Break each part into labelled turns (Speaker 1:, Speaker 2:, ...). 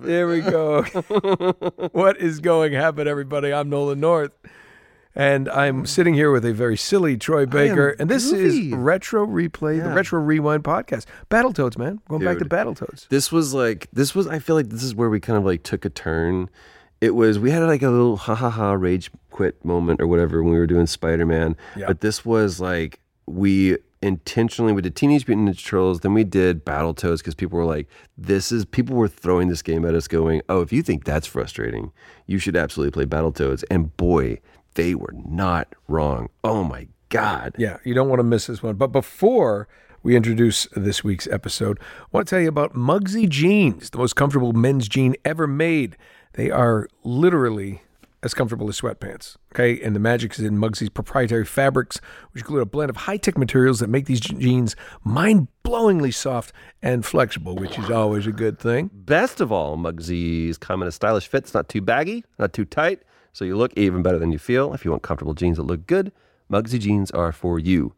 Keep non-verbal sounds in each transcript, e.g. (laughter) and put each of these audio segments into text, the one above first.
Speaker 1: There
Speaker 2: (laughs)
Speaker 1: we go. what is going happen, everybody? I'm Nolan North, and I'm sitting here with a very silly Troy Baker, and this is
Speaker 2: goofy.
Speaker 1: Retro Replay, the Retro Rewind podcast. Battletoads, man. Going back to
Speaker 2: Dude.
Speaker 1: Battletoads.
Speaker 2: This was like this was I feel like this is where we kind of like took a turn. It was we had like a little ha ha ha rage quit moment or whatever when we were doing Spider Man. But this was like we intentionally we did Teenage Mutant Ninja Turtles, then we did Battletoads because people were like, this is people were throwing this game at us going, Oh, if you think that's frustrating, you should absolutely play Battletoads. And boy, they were not wrong. Oh my god.
Speaker 1: Yeah, you don't want to miss this one. But before we introduce this week's episode, I want to tell you about Mugsy jeans, the most comfortable men's jean ever made. They are literally as comfortable as sweatpants. Okay, and the magic is in Mugsy's proprietary fabrics, which include a blend of high-tech materials that make these je- jeans mind-blowingly soft and flexible, which is always a good thing.
Speaker 2: Best of all, Muggsy's come in a stylish fit. It's not too baggy, not too tight, so you look even better than you feel. If you want comfortable jeans that look good, Muggsy jeans are for you.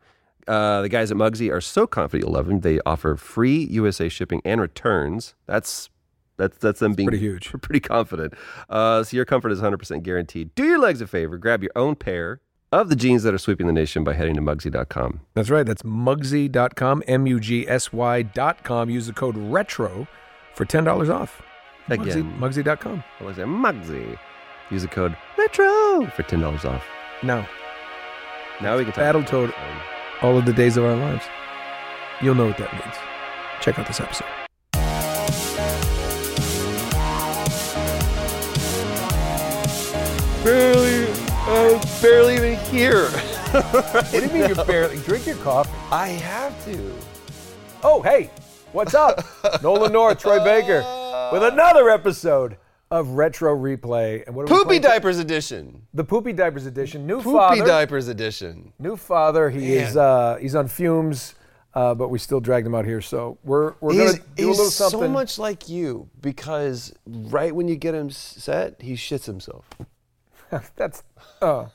Speaker 2: Uh, the guys at Muggsy are so confident you'll love them. They offer free USA shipping and returns. That's that's that's them being (laughs)
Speaker 1: pretty huge.
Speaker 2: We're pretty confident. Uh, so your comfort is 100% guaranteed. Do your legs a favor. Grab your own pair of the jeans that are sweeping the nation by heading to Muggsy.com.
Speaker 1: That's right. That's mugsy.com, M U G S Y.com. Use the code RETRO for $10 off.
Speaker 2: Again.
Speaker 1: Mugsy, mugsy.com.
Speaker 2: I was at Muggsy. Use the code RETRO for $10 off.
Speaker 1: Now,
Speaker 2: Now we can talk
Speaker 1: Battletoad. all of the days of our lives. You'll know what that means. Check out this episode.
Speaker 2: barely, I
Speaker 3: uh,
Speaker 2: was barely even here.
Speaker 1: What do you mean you're barely? Drink your coffee.
Speaker 2: I have to.
Speaker 1: Oh, hey, what's
Speaker 3: (laughs)
Speaker 1: up? Nolan North, Troy Baker, with another episode of Retro Replay. And what are we
Speaker 3: Poopy
Speaker 1: playing?
Speaker 3: diapers edition.
Speaker 1: The Poopy Diapers edition. New
Speaker 3: Poopy
Speaker 1: father.
Speaker 3: diapers edition.
Speaker 1: new father. He is uh, he's on fumes, uh, but we still dragged him out here. So we're we're
Speaker 3: He's,
Speaker 1: gonna do a little
Speaker 3: he's
Speaker 1: something.
Speaker 3: so much like you because right when you get him set, he shits himself.
Speaker 1: (laughs) That's
Speaker 3: (laughs)
Speaker 1: oh,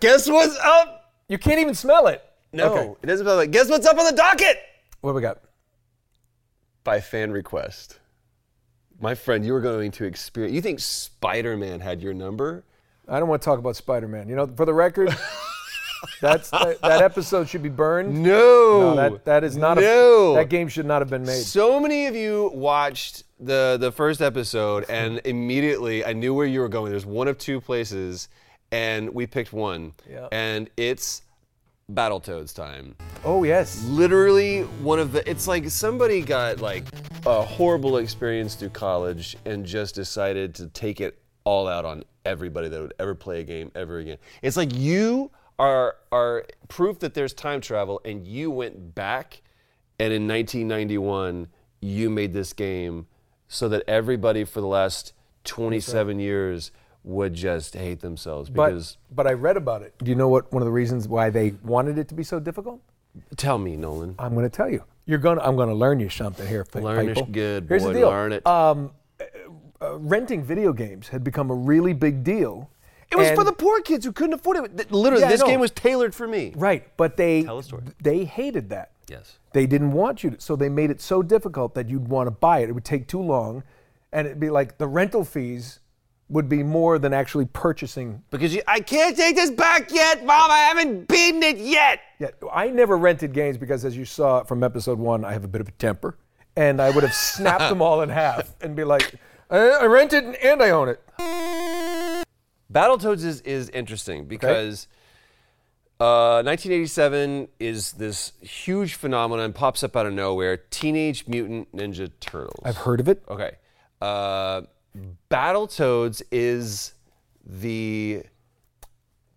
Speaker 3: Guess what's up?
Speaker 1: you can't even smell it.
Speaker 3: No,
Speaker 1: Okay.
Speaker 3: it doesn't sound like. Guess what's up on the docket?
Speaker 1: What we got?
Speaker 3: By fan request. My friend, you were going to experience. You think Spider Man had your number?
Speaker 1: I don't want to talk about Spider-Man. You know, for the
Speaker 3: (laughs)
Speaker 1: record, that's that, that episode should be burned.
Speaker 3: No.
Speaker 1: No, that that is not
Speaker 3: No.
Speaker 1: a that game should not have been made.
Speaker 3: So many of you watched the the
Speaker 1: (laughs)
Speaker 3: first episode, and immediately I knew where you were going. There's one of two places, and we picked one,
Speaker 1: Yeah.
Speaker 3: and it's Battletoads time.
Speaker 1: Oh yes.
Speaker 3: Literally one of the. It's like somebody got like a horrible experience through college and just decided to take it all out on everybody that would ever play a game ever again. It's like you are are proof that there's time travel, and you went back and in 1991, you made this game so that everybody for the last 27 years would just hate themselves
Speaker 1: But,
Speaker 3: because
Speaker 1: but I read about it. Do you know what one of the reasons why they wanted it to be so difficult?
Speaker 3: tell me Nolan
Speaker 1: I'm going to tell you. You're going to I'm going to learn you something here, pe-
Speaker 3: learn
Speaker 1: people.
Speaker 3: it good
Speaker 1: Here's
Speaker 3: boy
Speaker 1: the deal. Uh,
Speaker 3: learn it
Speaker 1: renting video games had become a really big deal.
Speaker 3: it was for
Speaker 1: and-
Speaker 3: the poor kids who couldn't afford it Th- literally
Speaker 1: Yeah, I
Speaker 3: this
Speaker 1: know.
Speaker 3: game was tailored for me
Speaker 1: right, but they
Speaker 3: a story.
Speaker 1: they hated that.
Speaker 3: yes
Speaker 1: They didn't want you to, so they made it so difficult that you'd want to buy it. It would take too long, and it'd be like the rental fees would be more than actually purchasing.
Speaker 3: because you, I can't take this back yet mom I haven't beaten it yet
Speaker 1: Yeah, I never rented games because, as you saw from episode one, I have a bit of a temper, and I would have snapped them all in half and be like,
Speaker 4: I, I rent it and I own it.
Speaker 3: Battletoads is, is interesting because uh, 1987 is this huge phenomenon, pops up out of nowhere Teenage Mutant Ninja Turtles.
Speaker 4: I've heard of it.
Speaker 3: Okay. Uh, Battletoads is the.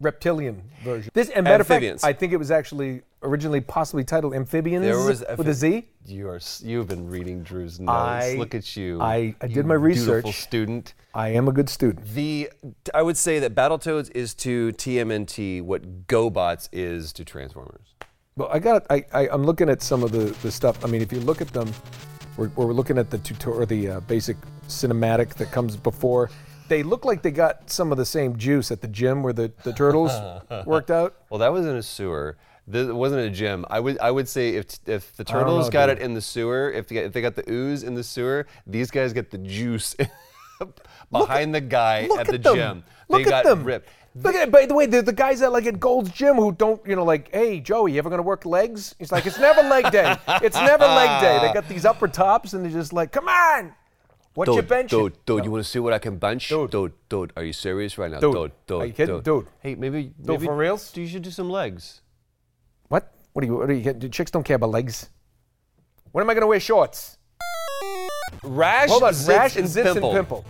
Speaker 4: Reptilian version. This and matter of fact,
Speaker 3: Amphibians.
Speaker 4: I think it was actually originally possibly titled Amphibians
Speaker 3: There was
Speaker 4: with a Z.
Speaker 3: You are, s- you've been reading Drew's notes.
Speaker 4: I-
Speaker 3: Look at you.
Speaker 4: I- I
Speaker 3: you
Speaker 4: did my research.
Speaker 3: Beautiful student.
Speaker 4: I am a good student.
Speaker 3: The I would say that Battletoads is to TMNT what GoBots is to Transformers.
Speaker 4: Well, I got. I, I I'm looking at some of the, the stuff. I mean, if you look at them, we're, we're looking at the tutorial, the uh, basic cinematic that comes before. They look like they got some of the same juice at the gym where the,
Speaker 3: (laughs)
Speaker 4: the turtles worked out.
Speaker 3: Well, that was in a sewer. This it wasn't a gym. I would I would say if if the
Speaker 4: know,
Speaker 3: turtles got
Speaker 4: dude.
Speaker 3: it in the sewer, if they, if they got the ooze in the sewer, these guys get the juice (laughs) behind the guy
Speaker 4: Look
Speaker 3: at, the
Speaker 4: them.
Speaker 3: gym. they
Speaker 4: Look at
Speaker 3: got
Speaker 4: them.
Speaker 3: ripped.
Speaker 4: Look at by the way, they're the guys that like at Gold's Gym who don't, you know, like, hey Joey, you ever gonna work legs? He's like, it's never leg day. It's never leg day. They got these upper tops and they're just like, come on, what you benching?
Speaker 3: dude, dude, you want to see what I can bench? Dude, dude, are you serious right now?
Speaker 4: Dude,
Speaker 3: Dude,
Speaker 4: are
Speaker 3: dude,
Speaker 4: you kidding? Dude.
Speaker 3: Hey, maybe, maybe
Speaker 4: for reals?
Speaker 3: You should do some legs.
Speaker 4: What? What are you? What are you? getting? Chicks don't care about legs. When am I gonna wear shorts?
Speaker 3: Rash,
Speaker 4: Hold on,
Speaker 3: zits,
Speaker 4: rash
Speaker 3: and
Speaker 4: and zits and pimple.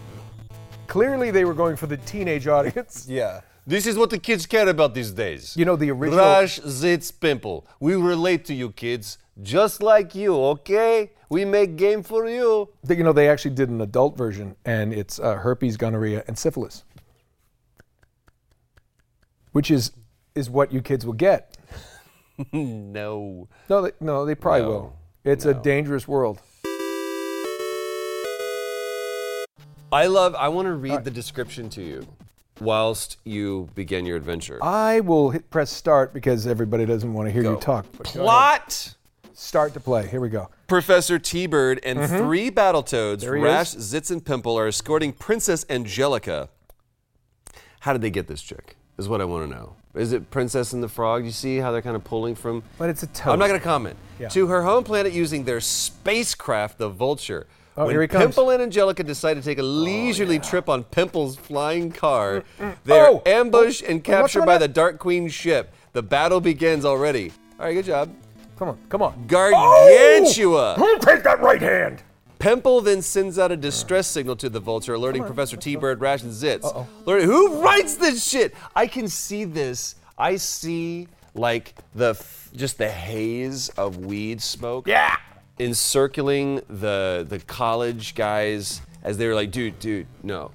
Speaker 4: Clearly, they were going for the teenage audience.
Speaker 3: Yeah. This is what the kids care about these days.
Speaker 4: You know, the original-
Speaker 3: Rash, zits, pimple. We relate to you kids, just like you, okay? We make game for you. (laughs)
Speaker 4: That, You know, they actually did an adult version, and it's uh, herpes, gonorrhea, and syphilis, which is is what you kids will get.
Speaker 3: No.
Speaker 4: No, they, no, they probably
Speaker 3: No.
Speaker 4: will. It's a dangerous world.
Speaker 3: I love, I want to read the description to you whilst you begin your adventure.
Speaker 4: I will hit press start because everybody doesn't want to hear you talk.
Speaker 3: (laughs)
Speaker 4: but go ahead.
Speaker 3: Plot!
Speaker 4: Start to play. Here we go.
Speaker 3: Professor T Bird and three Battletoads,
Speaker 4: Mm-hmm. he
Speaker 3: Rash, Zitz, and Pimple, are escorting Princess Angelica. How did they get this chick? Is what I want to know. Is it Princess and the Frog? You see how they're kind of pulling from.
Speaker 4: But it's a toad.
Speaker 3: I'm not going to comment.
Speaker 4: Yeah.
Speaker 3: To her home planet using their spacecraft, the Vulture.
Speaker 4: Oh,
Speaker 3: when
Speaker 4: here he comes. Oh,
Speaker 3: Pimple and Angelica decide to take a leisurely trip on Pimple's flying car, they are
Speaker 4: Oh!
Speaker 3: ambushed and
Speaker 4: What's
Speaker 3: captured
Speaker 4: on
Speaker 3: by
Speaker 4: it?
Speaker 3: the Dark Queen ship. The battle begins already. All right, good job.
Speaker 4: Come on, come on. Oh!
Speaker 3: Gargantua!
Speaker 4: Who take that right hand?
Speaker 3: Pimple then sends out a distress signal to the vulture, alerting Professor T Bird, Rash, and Zitz. Lord, who writes this shit? I can see this. I see like the f- just the haze of weed smoke. Yeah. Encircling the the college guys as they were like, dude, dude, no,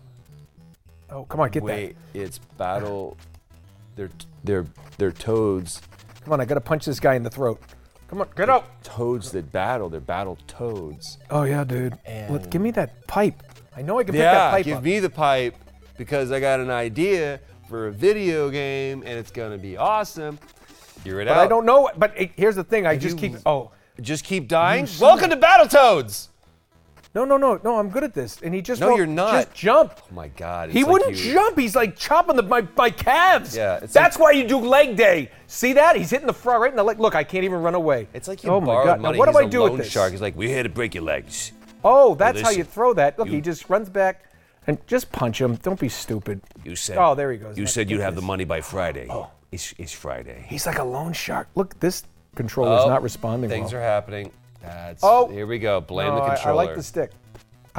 Speaker 4: Oh, come on, get
Speaker 3: wait, it's battle. They're they're they're toads,
Speaker 4: that. Come on, I gotta punch this guy in the throat. Come on, get out.
Speaker 3: toads that battle. They're battle toads.
Speaker 4: Oh yeah, dude. Look, give me that pipe. I know I can pick that
Speaker 3: Yeah,
Speaker 4: pipe
Speaker 3: give
Speaker 4: up.
Speaker 3: me the pipe because I got an idea for a video game and it's gonna be awesome. Hear it out.
Speaker 4: but I don't know. But it, here's the thing. I just keep. Oh,
Speaker 3: Just keep dying. Welcome to Battletoads.
Speaker 4: no, no, no, no. I'm good at this. And he just.
Speaker 3: No,
Speaker 4: won't-
Speaker 3: you're not.
Speaker 4: Just jump.
Speaker 3: Oh my God.
Speaker 4: He
Speaker 3: it's like
Speaker 4: wouldn't
Speaker 3: you-
Speaker 4: jump. He's like chopping the, my, my calves.
Speaker 3: Yeah, it's
Speaker 4: That's why you do leg day. See that? He's hitting the frog right in the leg. Look, I can't even run away.
Speaker 3: It's like you
Speaker 4: oh my
Speaker 3: borrowed
Speaker 4: God.
Speaker 3: money.
Speaker 4: Now, what
Speaker 3: He's
Speaker 4: do I
Speaker 3: a
Speaker 4: do with
Speaker 3: loan
Speaker 4: this?
Speaker 3: Shark. He's like, we're here to break your legs.
Speaker 4: Oh, that's how
Speaker 3: listen,
Speaker 4: you throw that. Look,
Speaker 3: you-
Speaker 4: he just runs back and just punch him. Don't be stupid.
Speaker 3: You said.
Speaker 4: Oh, there he goes.
Speaker 3: You
Speaker 4: That's
Speaker 3: said you'd have the money by Friday. Oh. It's, it's Friday.
Speaker 4: He's like a loan shark. Look, this controller's
Speaker 3: Oh,
Speaker 4: not responding
Speaker 3: Things
Speaker 4: well.
Speaker 3: are happening. That's,
Speaker 4: Oh.
Speaker 3: Here we go. Blame
Speaker 4: No,
Speaker 3: the
Speaker 4: I- I,
Speaker 3: controller.
Speaker 4: like the stick.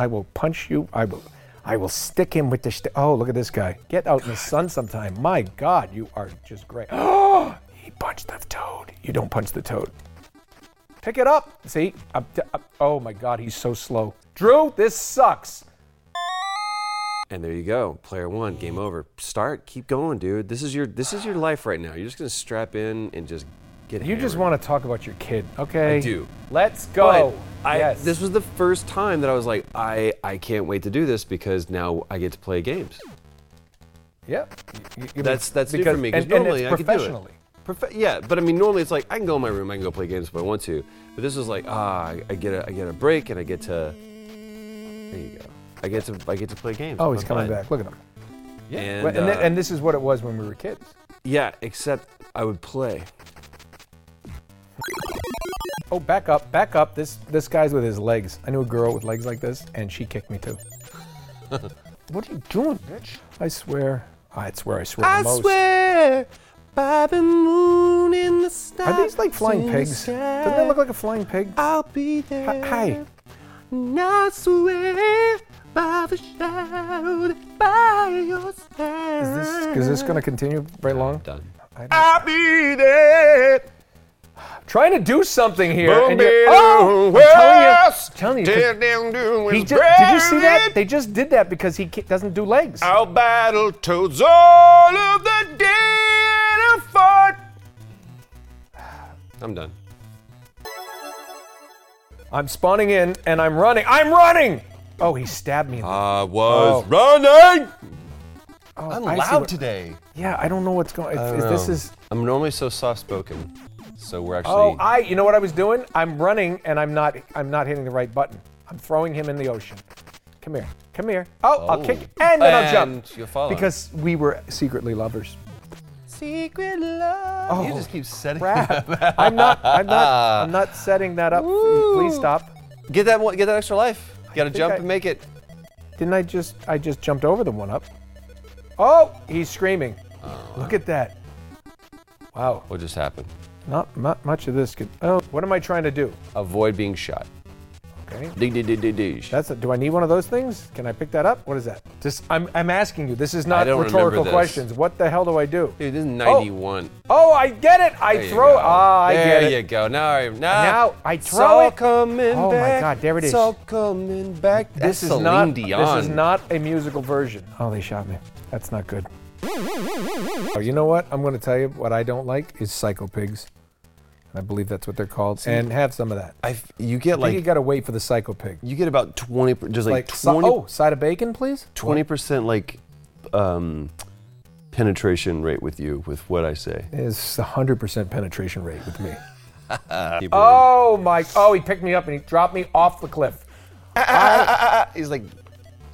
Speaker 4: I will punch you. I will. I will stick him with the stick. Oh, look at this guy. Get out in the sun sometime. My God, you are just great. (gasps) he punched the toad. You don't punch the toad. Pick it up. See? I'm t- I'm- oh my God, he's so slow. Drew, this sucks.
Speaker 3: And there you go, player one, game over. Start, keep going, dude. This is your this is your life right now. You're just gonna strap in and just get.
Speaker 4: You just
Speaker 3: hammered.
Speaker 4: want to talk about your kid, okay?
Speaker 3: I do.
Speaker 4: Let's go.
Speaker 3: But I,
Speaker 4: yes.
Speaker 3: This was the first time that I was like, I I can't wait to do this because now I get to play games.
Speaker 4: Yep. You- you-
Speaker 3: That's that's new
Speaker 4: because,
Speaker 3: for me because
Speaker 4: and, and it's
Speaker 3: normally I could do
Speaker 4: professionally.
Speaker 3: it. Profe- yeah, but I mean, normally it's like I can go in my room, I can go play games if I want to. But this was like, ah, I, I get a I get a break and I get to. There you go. I get to I get to play games.
Speaker 4: Oh, he's
Speaker 3: I'm
Speaker 4: coming
Speaker 3: fine.
Speaker 4: back. Look at him.
Speaker 3: Yeah.
Speaker 4: Well,
Speaker 3: And,
Speaker 4: and, thi-
Speaker 3: uh,
Speaker 4: and this is what it was when we were kids.
Speaker 3: yeah, except I would play. (laughs)
Speaker 4: Oh, back up, back up. This this guy's with his legs. I knew a girl with legs like this, and she kicked me too. What are you doing, bitch? I swear. I swear I swear
Speaker 3: I
Speaker 4: the most.
Speaker 3: swear by the moon in the stars.
Speaker 4: Are these like flying
Speaker 3: in the
Speaker 4: pigs? Doesn't
Speaker 3: sky,
Speaker 4: that look like a flying pig?
Speaker 3: I'll be there.
Speaker 4: Hi- Hi.
Speaker 3: And I swear by the shadow that by your side.
Speaker 4: Is this, is this going to continue very long?
Speaker 3: Done.
Speaker 4: I'll be there. Trying to do something here. and you're- oh, I'm telling you. I'm telling you 'cause he ju- did you see that? They just did that because he ca- doesn't do legs.
Speaker 3: I'll battle toads all of the dead and fought. I'm done.
Speaker 4: I'm spawning in and I'm running. I'm running! Oh, he stabbed me. in the-
Speaker 3: I Uh, was
Speaker 4: Oh.
Speaker 3: running.
Speaker 4: oh,
Speaker 3: I'm
Speaker 4: I see
Speaker 3: loud
Speaker 4: what-
Speaker 3: today.
Speaker 4: Yeah, I don't know what's going on.
Speaker 3: Oh,
Speaker 4: This is.
Speaker 3: I'm normally so soft-spoken, so we're actually.
Speaker 4: Oh, I. You know what I was doing? I'm running and I'm not. I'm not hitting the right button. I'm throwing him in the ocean. Come here. Come here. Oh, I'll kick you, and then I'll jump.
Speaker 3: And you'll follow.
Speaker 4: Because we were secretly lovers.
Speaker 3: secret love.
Speaker 4: Oh,
Speaker 3: you just keep setting. (laughs)
Speaker 4: Crap. I'm not. I'm
Speaker 3: Ah.
Speaker 4: not. I'm not setting that up. for you. Please stop.
Speaker 3: Get that one. Get that extra life. You gotta
Speaker 4: think
Speaker 3: jump
Speaker 4: I-
Speaker 3: and make it.
Speaker 4: Didn't I just? I just jumped over the one up. Oh, he's screaming.
Speaker 3: Uh.
Speaker 4: Look at that. Wow.
Speaker 3: What just happened?
Speaker 4: Not, not much of this. Could, oh, what am I trying to do?
Speaker 3: Avoid being shot.
Speaker 4: Okay.
Speaker 3: Dig, dig, dig, dig, dig.
Speaker 4: That's a, do I need one of those things? Can I pick that up? What is that? Just I'm, I'm asking you. This is not
Speaker 3: don't remember
Speaker 4: rhetorical
Speaker 3: this.
Speaker 4: questions. What the hell do I do?
Speaker 3: Dude, this is 91.
Speaker 4: Oh, I get it. I
Speaker 3: There you
Speaker 4: throw.
Speaker 3: go.
Speaker 4: Ah, I
Speaker 3: there
Speaker 4: get
Speaker 3: you
Speaker 4: it.
Speaker 3: go. Now, I, now,
Speaker 4: Now I
Speaker 3: It's
Speaker 4: throw
Speaker 3: all
Speaker 4: it.
Speaker 3: coming
Speaker 4: Oh my
Speaker 3: back.
Speaker 4: God, there it
Speaker 3: It's
Speaker 4: is.
Speaker 3: all coming back. That's
Speaker 4: This is
Speaker 3: Celine
Speaker 4: not.
Speaker 3: Dion.
Speaker 4: This is not a musical version. Oh, they shot me. That's not good. Oh, you know what? I'm going to tell you what I don't like is psycho pigs. I believe that's what they're called. and have some of that.
Speaker 3: I f- you get
Speaker 4: I think
Speaker 3: like
Speaker 4: you got to wait for the psycho pig.
Speaker 3: you get about 20. per- There's like,
Speaker 4: Like, si-
Speaker 3: 20
Speaker 4: oh, side of bacon, please.
Speaker 3: 20 percent like um, penetration rate with you with what I say.
Speaker 4: Is 100% penetration rate with me.
Speaker 3: Keep
Speaker 4: Oh my! Oh, he picked me up and he dropped me off the (laughs) cliff.
Speaker 3: ah, moving. He's like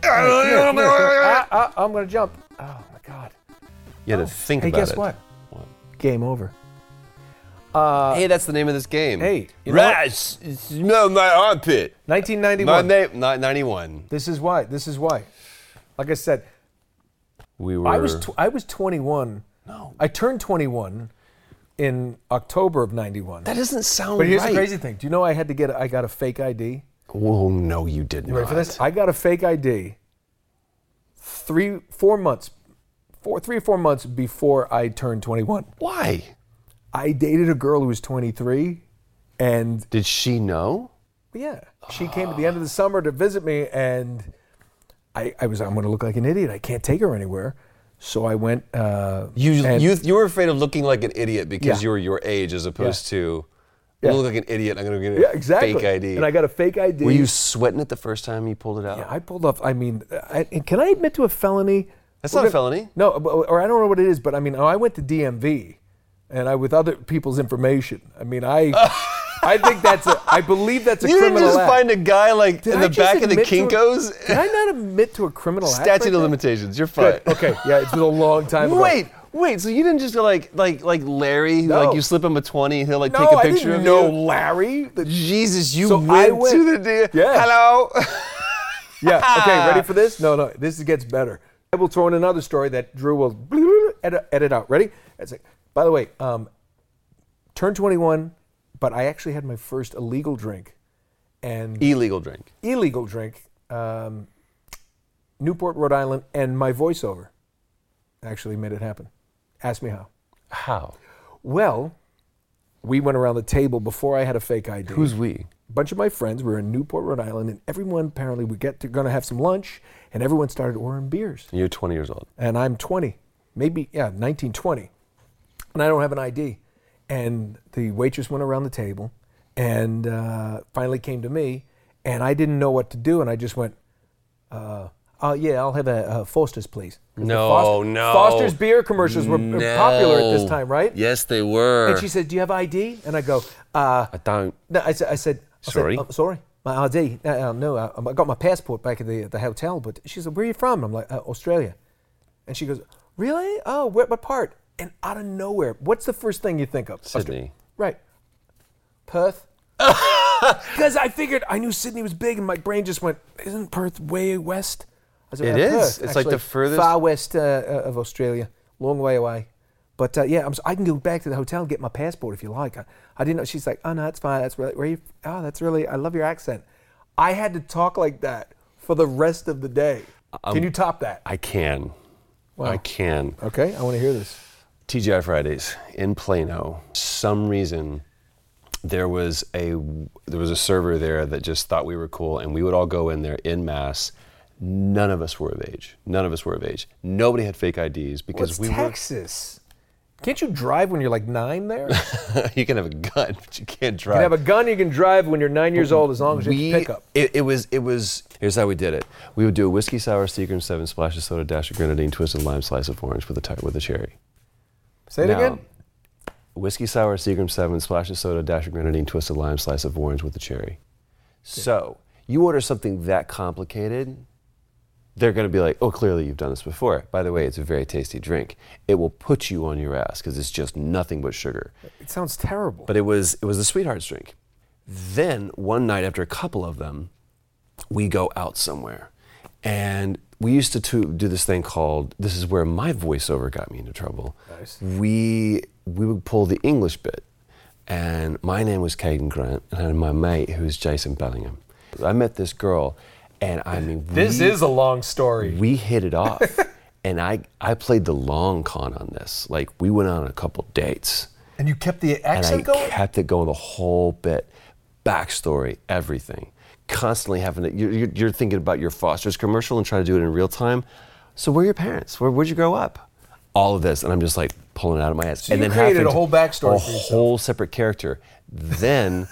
Speaker 4: Here, here, here. Ah, ah, I'm gonna jump. Oh my god!
Speaker 3: you had to think
Speaker 4: Hey,
Speaker 3: about
Speaker 4: guess
Speaker 3: it.
Speaker 4: what?
Speaker 3: What?
Speaker 4: Game over.
Speaker 3: hey, that's the name of this game.
Speaker 4: Hey, you know what?
Speaker 3: Raz, smell my armpit. My
Speaker 4: 1991.
Speaker 3: name, not 91.
Speaker 4: This is why. This is why. Like I said,
Speaker 3: We were.
Speaker 4: I was tw- I was 21. No. I turned 21 in October of 91.
Speaker 3: that doesn't sound
Speaker 4: but here's
Speaker 3: right.
Speaker 4: the crazy thing. Do you know I had to get? A, I got a fake ID.
Speaker 3: Oh no, you did
Speaker 4: You
Speaker 3: not.
Speaker 4: ready for this? I got a fake ID three, four months, four, three or four months before I turned 21.
Speaker 3: Why?
Speaker 4: I dated a girl who was 23, and
Speaker 3: Did she know?
Speaker 4: yeah, she came at the end of the summer to visit me, and I, I was I'm going to look like an idiot. I can't take her anywhere, so I went. Uh,
Speaker 3: You
Speaker 4: and-
Speaker 3: you you were afraid of looking like an idiot because
Speaker 4: Yeah.
Speaker 3: you were your age as opposed to
Speaker 4: Yeah.
Speaker 3: you look like an idiot. I'm gonna get a
Speaker 4: yeah, exactly.
Speaker 3: fake ID.
Speaker 4: And I got a fake ID.
Speaker 3: were you sweating it the first time you pulled it out?
Speaker 4: Yeah, I pulled off. I mean, I, and can I admit to a felony?
Speaker 3: That's
Speaker 4: We're
Speaker 3: not a felony.
Speaker 4: No, but- or I don't know what it is, but I mean, I went to DMV, and I with other people's information. I mean, I, I think that's a. I believe that's a
Speaker 3: you didn't
Speaker 4: criminal
Speaker 3: just
Speaker 4: act.
Speaker 3: find a guy like
Speaker 4: Did
Speaker 3: in
Speaker 4: I
Speaker 3: the
Speaker 4: just
Speaker 3: back of the
Speaker 4: admit to a-
Speaker 3: Kinkos.
Speaker 4: did I not admit to a
Speaker 3: (laughs)
Speaker 4: criminal act?
Speaker 3: Statute
Speaker 4: like
Speaker 3: of
Speaker 4: that?
Speaker 3: limitations. You're fine.
Speaker 4: Good. Okay. Yeah, it's been a long time. ago.
Speaker 3: Wait, wait. So you didn't just go like like like Larry, who,
Speaker 4: No.
Speaker 3: like you slip him a twenty, and he'll like
Speaker 4: No,
Speaker 3: take a
Speaker 4: I
Speaker 3: picture
Speaker 4: didn't
Speaker 3: of
Speaker 4: know
Speaker 3: you.
Speaker 4: Larry. The-
Speaker 3: Jesus, you
Speaker 4: So I
Speaker 3: went, to the
Speaker 4: went.
Speaker 3: deal.
Speaker 4: Yeah.
Speaker 3: Hello. (laughs)
Speaker 4: yeah. Okay. Ready for this? No, no. This gets better. I will throw in another story that Drew will (laughs) edit, edit out. Ready? It's like, by the way, um, turned 21, but I actually had my first illegal drink, and
Speaker 3: Illegal drink.
Speaker 4: illegal drink, um, Newport, Rhode Island, and my voiceover actually made it happen. Ask me how.
Speaker 3: How?
Speaker 4: Well, we went around the table before I had a fake ID.
Speaker 3: Who's we?
Speaker 4: a bunch of my friends were in Newport, Rhode Island, and everyone apparently we get to gonna have some lunch, and everyone started ordering beers.
Speaker 3: You're 20 years old.
Speaker 4: And I'm 20, maybe yeah, 19, 20, and I don't have an ID. And the waitress went around the table, and uh, finally came to me, and I didn't know what to do, and I just went, uh, "Oh yeah, I'll have a, a Foster's, please." 'Cause the
Speaker 3: No,
Speaker 4: Foster-
Speaker 3: no.
Speaker 4: Foster's beer commercials were
Speaker 1: Mm,
Speaker 4: uh, popular at this
Speaker 3: No.
Speaker 4: time, right?
Speaker 3: Yes, they were.
Speaker 4: And she said, "Do you have ID?" And I go, uh,
Speaker 3: I don't.
Speaker 4: no, I said, I said I said,
Speaker 3: Sorry?
Speaker 4: "Oh, sorry, my ID. No, uh, no I, I got my passport back at the, the hotel. But she said, where are you from? And I'm like, uh, Australia. And she goes, really? Oh, where, what part? And out of nowhere, what's the first thing you think of? Austra-
Speaker 3: Sydney.
Speaker 4: Right.
Speaker 3: (laughs)
Speaker 4: Perth. Because I figured I knew Sydney was big, and my brain just went, isn't Perth way west? was
Speaker 3: It
Speaker 4: around
Speaker 3: is.
Speaker 4: Perth,
Speaker 3: It's like the
Speaker 4: actually,
Speaker 3: furthest-
Speaker 4: far west uh, uh, of Australia, long way away. But uh, yeah, I'm, si can go back to the hotel and get my passport if you like. I, I didn't know. She's like, oh no, that's fine. That's really where you. Oh, that's really. I love your accent. I had to talk like that for the rest of the day.
Speaker 3: Uh, um,
Speaker 4: can you top that?
Speaker 3: I can. I can.
Speaker 4: Okay, I want to hear this.
Speaker 3: TGI Fridays in Plano. Some reason there was a there was a server there that just thought we were cool, and we would all go in there in mass. None of us were of age. None of us were of age. Nobody had fake IDs because
Speaker 4: What's
Speaker 3: we
Speaker 4: Texas? Can't you drive when you're like nine there?
Speaker 3: were. (laughs) you can have a gun, but you can't drive.
Speaker 4: You can have a gun, you can drive when you're nine years old as long as you
Speaker 3: we,
Speaker 4: have pickup.
Speaker 3: It, it was it was here's how we did it. We would do a whiskey sour, secret and seven, splash of soda, dash of grenadine, twisted lime, slice of orange with a ti- with a cherry.
Speaker 4: Say it
Speaker 3: Now,
Speaker 4: again.
Speaker 3: Whiskey sour, Seagram 7, splash of soda, dash of grenadine, twisted lime, slice of orange with a cherry. So, you order something that complicated, they're going to be like, oh, clearly you've done this before. By the way, it's a very tasty drink. It will put you on your ass because it's just nothing but sugar.
Speaker 4: It sounds terrible.
Speaker 3: But it was, it was the sweetheart's drink. Then, one night after a couple of them, we go out somewhere. And we used to to- do this thing called this is where my voiceover got me into trouble. We we would pull the English bit. And my name was Caden Grant, and I had my mate who was Jason Bellingham. I met this girl, and I mean, we-
Speaker 4: a long story.
Speaker 3: we hit it off. and I, I played the long con on this. Like, we went on a couple dates.
Speaker 4: And you kept the
Speaker 3: And
Speaker 4: accent
Speaker 3: I
Speaker 4: going?
Speaker 3: kept it going the whole bit. Backstory, everything. Constantly having to, you're, you're, you're thinking about your Foster's commercial and trying to do it in real time. So, where are your parents? Where, where'd you grow up? All of this. And I'm just like pulling it out of my ass. and
Speaker 4: you created
Speaker 3: having
Speaker 4: a
Speaker 3: to-
Speaker 4: whole backstory
Speaker 3: A
Speaker 4: for yourself.
Speaker 3: whole separate character.
Speaker 4: (laughs)
Speaker 3: Then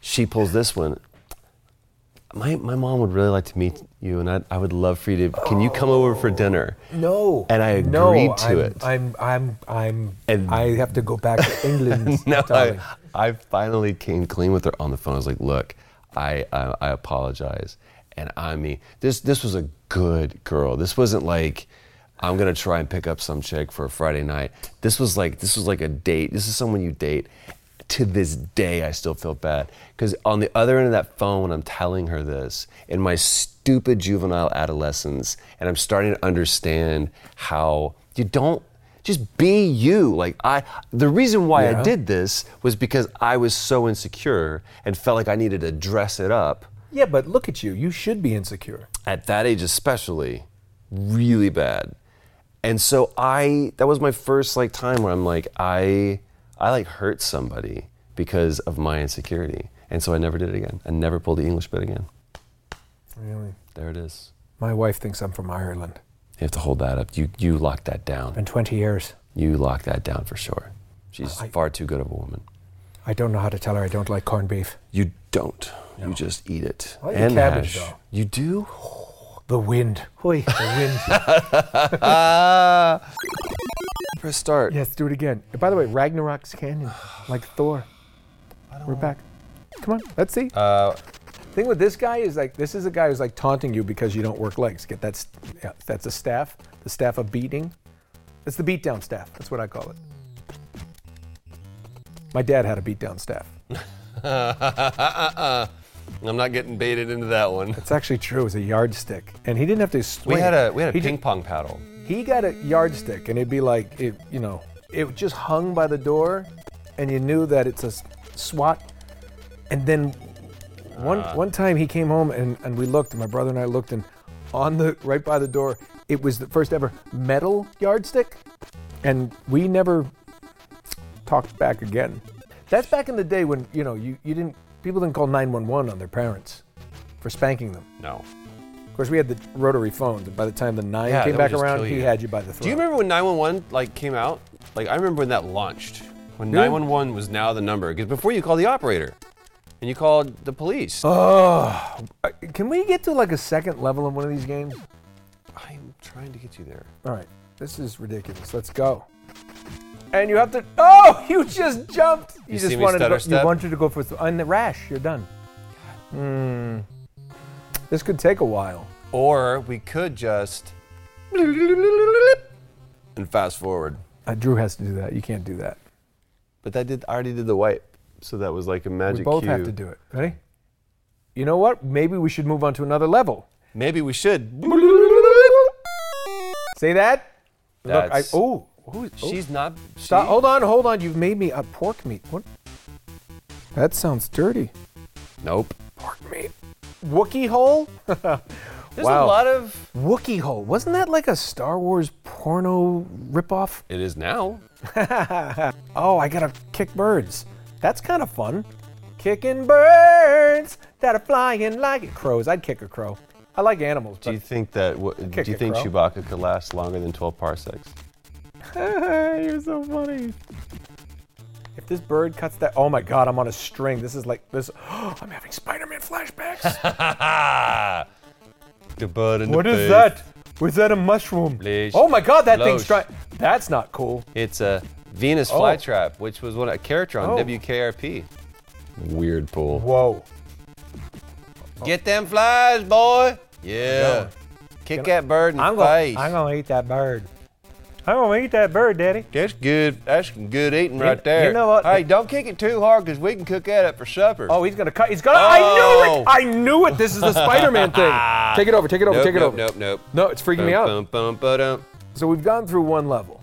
Speaker 3: she pulls this one. My, my mom would really like to meet you, and I, I would love for you to. Can you come over for dinner?
Speaker 4: No.
Speaker 3: And I
Speaker 4: no,
Speaker 3: agreed to
Speaker 4: I'm,
Speaker 3: it.
Speaker 4: I'm, I'm, I'm,
Speaker 3: And-
Speaker 4: I have to go back
Speaker 3: (laughs)
Speaker 4: to England.
Speaker 3: no, I,
Speaker 4: darling.
Speaker 3: I finally came clean with her on the phone. I was like, look, I, I, I apologize. And I mean, this, this was a good girl. This wasn't like, I'm gonna try and pick up some chick for a Friday night. This was like, this was like a date. This is someone you date. To this day, I still feel bad because on the other end of that phone, when I'm telling her this in my stupid juvenile adolescence, and I'm starting to understand how you don't just be you. Like I, the reason why I
Speaker 4: Yeah.
Speaker 3: did this was because I was so insecure and felt like I needed to dress it up
Speaker 4: yeah, but look at you. You should be insecure.
Speaker 3: at that age, especially, really bad. And so I, that was my first like time where I'm like, I, I like hurt somebody because of my insecurity. And so I never did it again. I never pulled the English bit again.
Speaker 4: Really?
Speaker 3: There it is.
Speaker 4: My wife thinks I'm from Ireland.
Speaker 3: You have to hold that up. You, you lock that down.
Speaker 4: Been 20 years.
Speaker 3: You lock that down for sure. She's
Speaker 4: I-
Speaker 3: far too good of a woman.
Speaker 4: I don't know how to tell her I don't like corned beef.
Speaker 3: You don't. You just eat it.
Speaker 4: I like the cabbage, though.
Speaker 3: You do?
Speaker 4: The wind. Hui, the wind. Ah.
Speaker 3: (laughs) Press start.
Speaker 4: Yes, do it again. And By the way, Ragnarok's canyon, (sighs) like Thor. We're back. Come on, let's see. Uh, thing with this guy is like, this is a guy who's like taunting you because you don't work legs. Get that? st- Yeah, that's a staff. The staff of beating. It's the beatdown staff. That's what I call it. My dad had a beatdown staff.
Speaker 3: (laughs) I'm not getting baited into that one.
Speaker 4: It's actually true. It was a yardstick, and he didn't have to. Swing
Speaker 3: We had
Speaker 4: it.
Speaker 3: a we had a
Speaker 4: He ju-
Speaker 3: ping pong paddle.
Speaker 4: he got a yardstick and it'd be like it you know it just hung by the door and you knew that it's a s- swat and then one one time he came home and, and we looked and my brother and i looked and on the right by the door it was the first ever metal yardstick and we never talked back again that's back in the day when you know you, you didn't people didn't call 911 on their parents for spanking them
Speaker 3: No.
Speaker 4: of course we had the rotary phones and by the time the nine
Speaker 3: Yeah,
Speaker 4: came
Speaker 3: that would
Speaker 4: back
Speaker 3: just
Speaker 4: around
Speaker 3: kill
Speaker 4: he
Speaker 3: you.
Speaker 4: had you by the throat
Speaker 3: Do you remember when 911 like came out? Like I remember when that launched. When
Speaker 4: Yeah.
Speaker 3: 911 was now the number because before you called the operator and you called the police.
Speaker 4: Oh, can we get to like a second level in one of these games?
Speaker 3: I'm trying to get you there.
Speaker 4: All right, this is ridiculous. Let's go. And you have to. Oh, (laughs) you just jumped. You,
Speaker 3: You see
Speaker 4: just
Speaker 3: me
Speaker 4: wanted to go,
Speaker 3: stutter step?
Speaker 4: You wanted to go for th- and the rash. You're done. Hmm. This could take a while.
Speaker 3: Or we could just (laughs) and fast forward.
Speaker 4: Uh, Drew has to do that. You can't do that.
Speaker 3: But that did I already did the wipe. So that was like a magic
Speaker 4: we both have
Speaker 3: cue.
Speaker 4: to do it. Ready? You know what? Maybe we should move on to another level.
Speaker 3: Maybe we should.
Speaker 4: See that? Look, I
Speaker 3: That's-
Speaker 4: oh, who is, oh,
Speaker 3: She's not.
Speaker 4: stop,
Speaker 3: she-
Speaker 4: hold on, hold on. You've made me a pork meat. What? That sounds dirty.
Speaker 3: Nope.
Speaker 4: Pork meat. Wookie hole? (laughs)
Speaker 3: There's
Speaker 4: Wow.
Speaker 3: a lot of.
Speaker 4: Wookie hole. Wasn't that like a Star Wars porno ripoff? (laughs)
Speaker 3: It is now.
Speaker 4: Oh, I gotta kick birds. That's kind of fun. Kicking birds that are flying like crows. I'd kick a crow. I like animals,
Speaker 3: Do
Speaker 4: but
Speaker 3: you think that? wha-
Speaker 4: kick
Speaker 3: Do you
Speaker 4: it,
Speaker 3: think
Speaker 4: bro.
Speaker 3: Chewbacca could last longer than 12 (laughs) parsecs? (laughs)
Speaker 4: You're so funny. If this bird cuts that, oh my God, I'm on a string. This is like this. (gasps) I'm having Spider-Man flashbacks.
Speaker 3: The bird in
Speaker 4: what is that? Was that a mushroom?
Speaker 3: Leash.
Speaker 4: Oh my God, that thing's
Speaker 3: Loesch.
Speaker 4: trying. That's not cool.
Speaker 3: It's a Venus
Speaker 4: Oh.
Speaker 3: flytrap, which was one a character on
Speaker 4: Oh.
Speaker 3: WKRP. Weird pool.
Speaker 4: Whoa.
Speaker 3: Get them flies, boy. Yeah. Kick that bird in
Speaker 4: I'm
Speaker 3: the
Speaker 4: gonna,
Speaker 3: face.
Speaker 4: I'm gonna eat that bird. I'm gonna eat that bird, Daddy.
Speaker 3: That's good. That's some good eating right
Speaker 4: you
Speaker 3: there.
Speaker 4: know what?
Speaker 3: Hey, don't kick it too hard, cause we can cook that up for supper.
Speaker 4: Oh, he's gonna cut. He's gonna.
Speaker 3: Oh.
Speaker 4: I knew it. I knew it. This is
Speaker 3: (laughs)
Speaker 4: the Spider-Man thing. Take it over. Take it over.
Speaker 3: nope,
Speaker 4: take it
Speaker 3: nope,
Speaker 4: over.
Speaker 3: nope, nope.
Speaker 4: No, it's freaking me out.
Speaker 3: Bum, bum, bum, ba-dum.
Speaker 4: So we've gone through one level,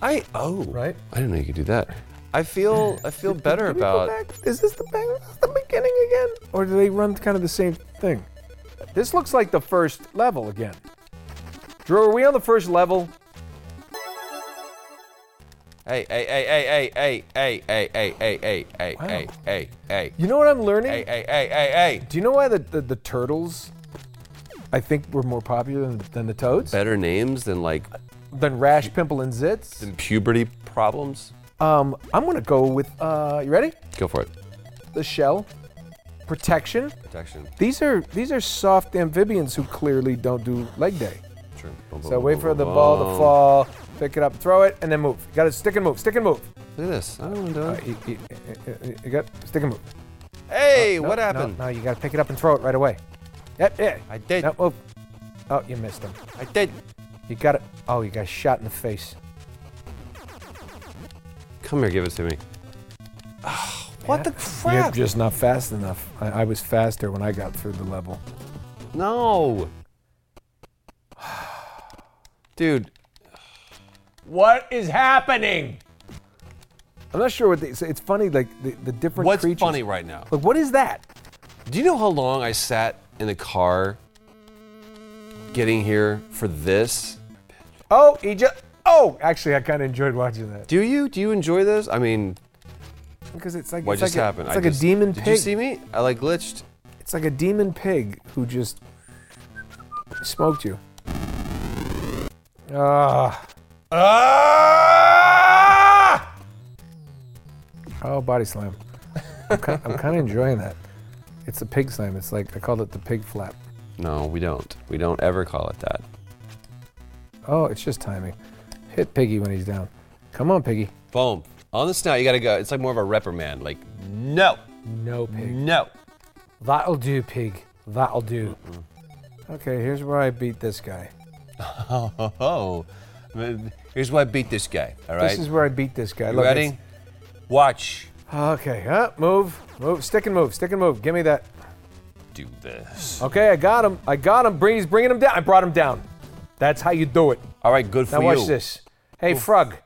Speaker 3: I oh
Speaker 4: right?
Speaker 3: I didn't know you could do that. I feel I feel better
Speaker 4: (laughs) Can we go
Speaker 3: about.
Speaker 4: back? Is this the bang? Is this the beginning again, or do they run kind of the same thing? This looks like the first level again. Drew, are we on the first level?
Speaker 3: Hey, hey, hey, hey, hey, hey, hey, hey, hey, hey, hey,
Speaker 4: Wow.
Speaker 3: hey, hey, hey,
Speaker 4: You know what I'm learning?
Speaker 3: hey, hey, hey, hey, hey.
Speaker 4: Do you know why the, the, the turtles, I think, were more popular than, than the toads?
Speaker 3: Better names than like
Speaker 4: Than rash, pimple, and zits?
Speaker 3: puberty problems.
Speaker 4: Um, I'm gonna go with. Uh, you ready?
Speaker 3: Go for it.
Speaker 4: The shell, protection.
Speaker 3: Protection.
Speaker 4: These are these are soft amphibians who clearly don't do leg day.
Speaker 3: Sure. Boom, boom,
Speaker 4: So
Speaker 3: boom,
Speaker 4: wait
Speaker 3: boom,
Speaker 4: for the
Speaker 3: boom,
Speaker 4: ball to
Speaker 3: boom.
Speaker 4: fall, pick it up, throw it, and then move. You gotta stick and move, stick and move.
Speaker 3: Look at this. I don't want to do
Speaker 4: Uh,
Speaker 3: it.
Speaker 4: you, you- you- you got stick and move.
Speaker 3: Hey,
Speaker 4: Uh, No,
Speaker 3: what
Speaker 4: no,
Speaker 3: happened?
Speaker 4: No, you gotta pick it up and throw it right away. Yeah, yeah.
Speaker 3: I did.
Speaker 4: No, move. Oh, you missed him.
Speaker 3: I did.
Speaker 4: You got it. Oh, you got shot in the face.
Speaker 3: Come here, give it to me.
Speaker 4: What the crap? You're just not fast enough. I, I was faster when I got through the level. (sighs)
Speaker 3: No. Dude,
Speaker 4: What is happening? I'm not sure what they. so It's funny, like the, the different
Speaker 3: what's
Speaker 4: creatures.
Speaker 3: funny right now?
Speaker 4: Like, what is that?
Speaker 3: Do you know how long I sat in the car getting here for this?
Speaker 4: Oh, he just. Oh, actually, I kind of enjoyed watching that
Speaker 3: Do you? Do you enjoy this? I mean,
Speaker 4: because it's like
Speaker 3: what
Speaker 4: it's
Speaker 3: just
Speaker 4: like a-
Speaker 3: happened?
Speaker 4: it's
Speaker 3: I
Speaker 4: like
Speaker 3: just-
Speaker 4: a demon
Speaker 3: Did
Speaker 4: pig.
Speaker 3: you see me? I like glitched.
Speaker 4: It's like a demon pig who just smoked you. Ah. Ah! Oh, body slam. I'm kind, I'm kind of enjoying that. It's a pig slam. It's like I called it the pig flap.
Speaker 3: No, we don't. We don't ever call it that.
Speaker 4: Oh, it's just timing. Hit Piggy when he's down. Come on, Piggy.
Speaker 3: Boom. On the snout, you gotta go. It's like more of a reprimand. Like, no,
Speaker 4: No pig.
Speaker 3: no.
Speaker 4: Mm-hmm. That'll do, pig. That'll do. Okay, here's where I beat this guy.
Speaker 3: Oh, (laughs) ho, ho. Here's why I beat this guy. All right.
Speaker 4: This is where I beat this guy.
Speaker 3: you
Speaker 4: Look,
Speaker 3: ready? Watch.
Speaker 4: it's- Okay, huh? Move, move, stick and move, stick and move. Give me that.
Speaker 3: Do this.
Speaker 4: Okay, I got him. I got him. Bring, he's bringing him down. I brought him down. That's how you do it.
Speaker 3: All right. Good for
Speaker 4: Now
Speaker 3: you.
Speaker 4: watch this. Hey, frog,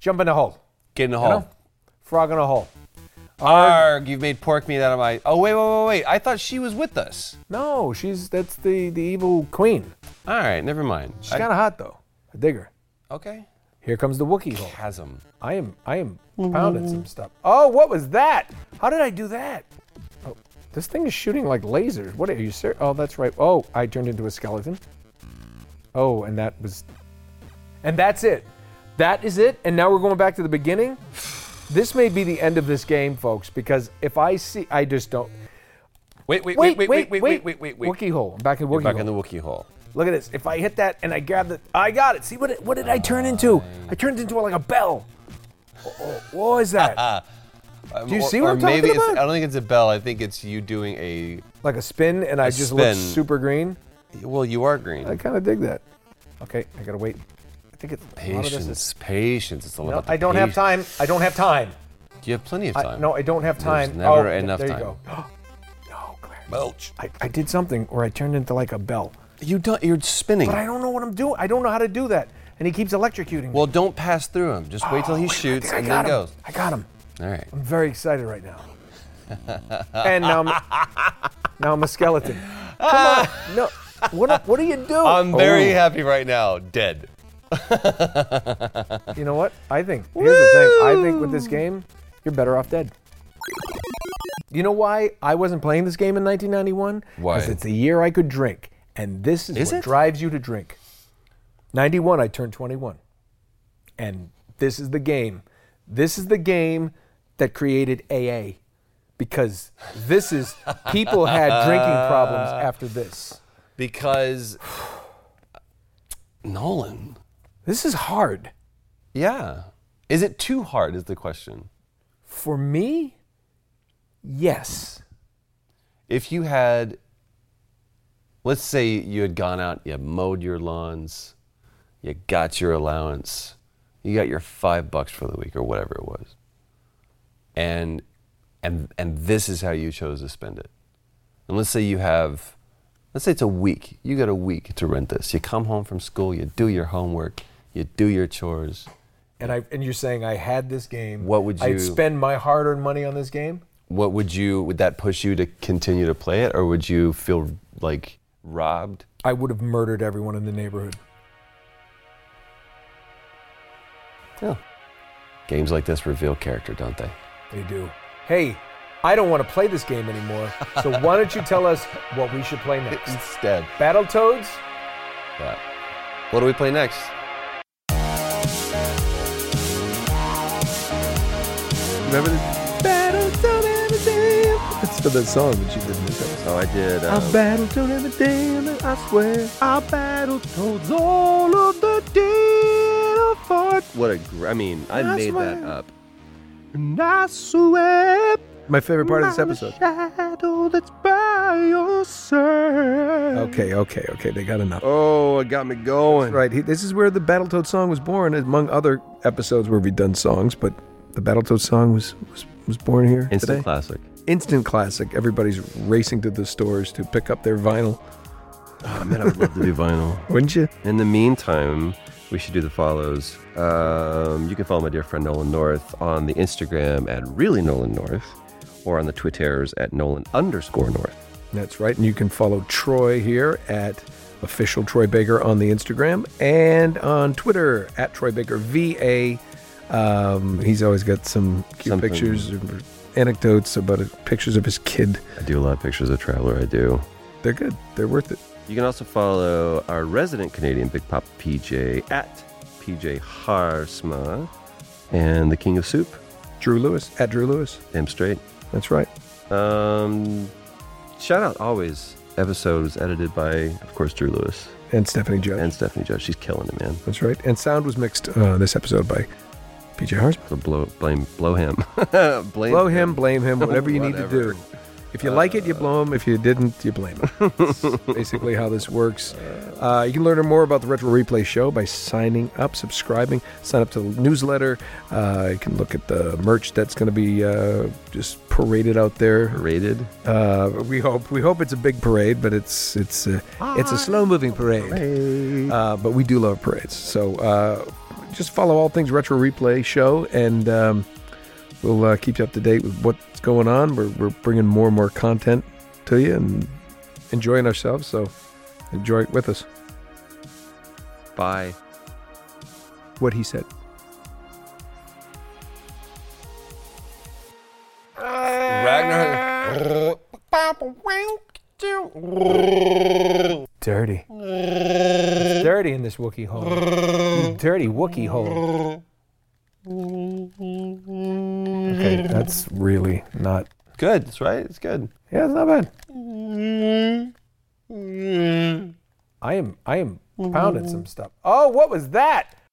Speaker 4: jump in the hole.
Speaker 3: Get in the hall.
Speaker 4: know? Frog in a hole.
Speaker 3: Arg, you've made pork meat out of my. Oh, wait, wait, wait, wait. I thought she was with us.
Speaker 4: No, she's that's the the evil queen.
Speaker 3: All right, never mind.
Speaker 4: She's
Speaker 3: I-
Speaker 4: kind of hot though. I dig her.
Speaker 3: okay.
Speaker 4: Here comes the Wookiee hole.
Speaker 3: Chasm.
Speaker 4: I am I am pounding some stuff. Oh, what was that? How did I do that? Oh, this thing is shooting like lasers. What are you sir? Oh, that's right. Oh, I turned into a skeleton. Oh, and that was And that's it. That is it. And now we're going back to the beginning. This may be the end of this game, folks, because if I see I just don't
Speaker 3: Wait, wait, wait, wait, wait, wait, wait, wait, wait,
Speaker 4: Wookiee hole. I'm back in Wookiee
Speaker 3: Back
Speaker 4: hole.
Speaker 3: in the Wookiee hole.
Speaker 4: Look at this. If I hit that and I grab the, I got it. See what? It, what did I turn into? I turned into like a bell. Oh, oh, what
Speaker 3: (laughs)
Speaker 4: was that? Do you see what
Speaker 3: Um, or
Speaker 4: I'm talking
Speaker 3: maybe It's,
Speaker 4: about?
Speaker 3: I don't think it's a bell. I think it's you doing a.
Speaker 4: like a spin, and I
Speaker 3: A
Speaker 4: just look
Speaker 3: spin.
Speaker 4: super green.
Speaker 3: Well, you are green.
Speaker 4: I kind of dig that. Okay, I gotta wait. I think it's a lot of this
Speaker 3: patience,
Speaker 4: is-
Speaker 3: patience. It's all
Speaker 4: No,
Speaker 3: about. The
Speaker 4: I don't have
Speaker 3: patience.
Speaker 4: time. I don't have time.
Speaker 3: You have plenty of
Speaker 4: I-
Speaker 3: time.
Speaker 4: no, I don't have
Speaker 3: There's
Speaker 4: time.
Speaker 3: never
Speaker 4: th-
Speaker 3: enough
Speaker 4: there
Speaker 3: time.
Speaker 4: you go. no, Claire.
Speaker 3: Belch.
Speaker 4: I, I did something where I turned into like a bell,
Speaker 3: You don't. You're spinning.
Speaker 4: but I don't know what I'm doing. I don't know how to do that." And he keeps electrocuting me.
Speaker 3: Well, don't pass through him. Just wait till
Speaker 4: Oh,
Speaker 3: he
Speaker 4: wait, I
Speaker 3: shoots
Speaker 4: think I
Speaker 3: and
Speaker 4: got
Speaker 3: then
Speaker 4: him.
Speaker 3: goes.
Speaker 4: I got him.
Speaker 3: All right.
Speaker 4: I'm very excited right now. and now I'm, now I'm a skeleton.
Speaker 3: (laughs)
Speaker 4: Come on, no. What, what do you do?
Speaker 3: I'm very happy right now. Dead.
Speaker 4: You know what? I think here's the thing. I think with this game, you're better off dead. You know why I wasn't playing this game in 1991?
Speaker 3: Why?
Speaker 4: Because it's the year I could drink, and this is,
Speaker 3: Is
Speaker 4: what
Speaker 3: it?
Speaker 4: drives you to drink. 91, I turned 21, and this is the game. This is the game that created AA, because this is people had
Speaker 3: (laughs)
Speaker 4: drinking problems after this.
Speaker 3: (sighs) Because Nolan.
Speaker 4: This is hard
Speaker 3: Yeah. Is it too hard? Is the question.
Speaker 4: for me. Yes.
Speaker 3: If you had, let's say you had gone out, you mowed your lawns, you got your allowance, you got your five bucks for the week or whatever it was, and and and this is how you chose to spend it. And let's say you have, let's say it's a week. You got a week to rent this. You come home from school, you do your homework, you do your chores.
Speaker 4: and I and you're saying I had this game.
Speaker 3: What would you-
Speaker 4: I'd spend my hard-earned money on this game.
Speaker 3: what would you would that push you to continue to play it or would you feel like robbed
Speaker 4: I would have murdered everyone in the neighborhood.
Speaker 3: yeah games like this reveal character don't they
Speaker 4: They do. Hey, I don't want to play this game anymore. So
Speaker 3: (laughs)
Speaker 4: why don't you tell us what we should play next?
Speaker 3: instead
Speaker 4: Battletoads?
Speaker 3: yeah. what do we play next
Speaker 2: Remember the Battletoad and a damn. That's for the song that you did in this episode. Oh, I did. Um, Battletoad and a damn, and I swear I Battletoads all of the damn fart. What a gr- I mean, I, made that up. And I swear. My favorite part of this episode. Shadow that's by your side.
Speaker 4: Okay, okay, okay. They got enough.
Speaker 2: Oh, it got me going.
Speaker 4: Right. he- This is where the Battletoad song was born, among other episodes where we've done songs, but the Battletoad song was was, was born here
Speaker 3: instant
Speaker 2: (laughs)
Speaker 4: today.
Speaker 3: classic
Speaker 4: Instant classic. Everybody's racing to the stores to pick up their vinyl,
Speaker 2: Oh, man, I would love to do vinyl.
Speaker 4: wouldn't you?
Speaker 2: In the meantime, we should do the follows. Um, you can follow my dear friend Nolan North on the Instagram at really Nolan North or on the Twitters at Nolan underscore North.
Speaker 4: That's right. And you can follow Troy here at official Troy Baker on the Instagram and on Twitter at Troy Baker VA. Um, he's always got some cute
Speaker 2: Something.
Speaker 4: pictures, and anecdotes about it, pictures of his kid.
Speaker 2: I do a lot of pictures of Traveler, I do.
Speaker 4: They're good. They're worth it.
Speaker 2: You can also follow our resident Canadian Big Pop PJ at PJ Harsma and the King of Soup,
Speaker 4: Drew Lewis at Drew Lewis.
Speaker 2: damn straight.
Speaker 4: That's right.
Speaker 2: Um, shout out always. Episode was edited by, of course, Drew Lewis
Speaker 4: And Stephanie Judge.
Speaker 2: and Stephanie Judge. She's killing it, man.
Speaker 4: That's right. And sound was mixed uh, this episode by PJ Harsman.
Speaker 2: So blow, blame, blow him, (laughs) blame,
Speaker 4: Blow him, blame him, whatever you need to
Speaker 2: Whatever.
Speaker 4: do. If you like it, you blow him. If you didn't, you blame him. That's basically how this works. Uh, you can learn more about the Retro Replay Show by signing up, subscribing, sign up to the newsletter. Uh, you can look at the merch that's going to be uh, just paraded out there.
Speaker 2: Rated.
Speaker 4: Uh, we hope we hope it's a big parade, but it's it's a, it's a slow moving parade. Uh, but we do love parades, so uh, just follow all things Retro Replay Show, and um, we'll uh, keep you up to date with what's going on. We're we're bringing more and more content to you and enjoying ourselves. So enjoy it with us.
Speaker 2: Bye.
Speaker 4: What he said.
Speaker 3: ragnar
Speaker 4: Dirty. It's dirty in this Wookiee hole. You dirty Wookiee hole. Okay, that's really not.
Speaker 3: good that's right it's good
Speaker 4: Yeah, it's not bad. I am I am pounding some stuff. Oh, what was that?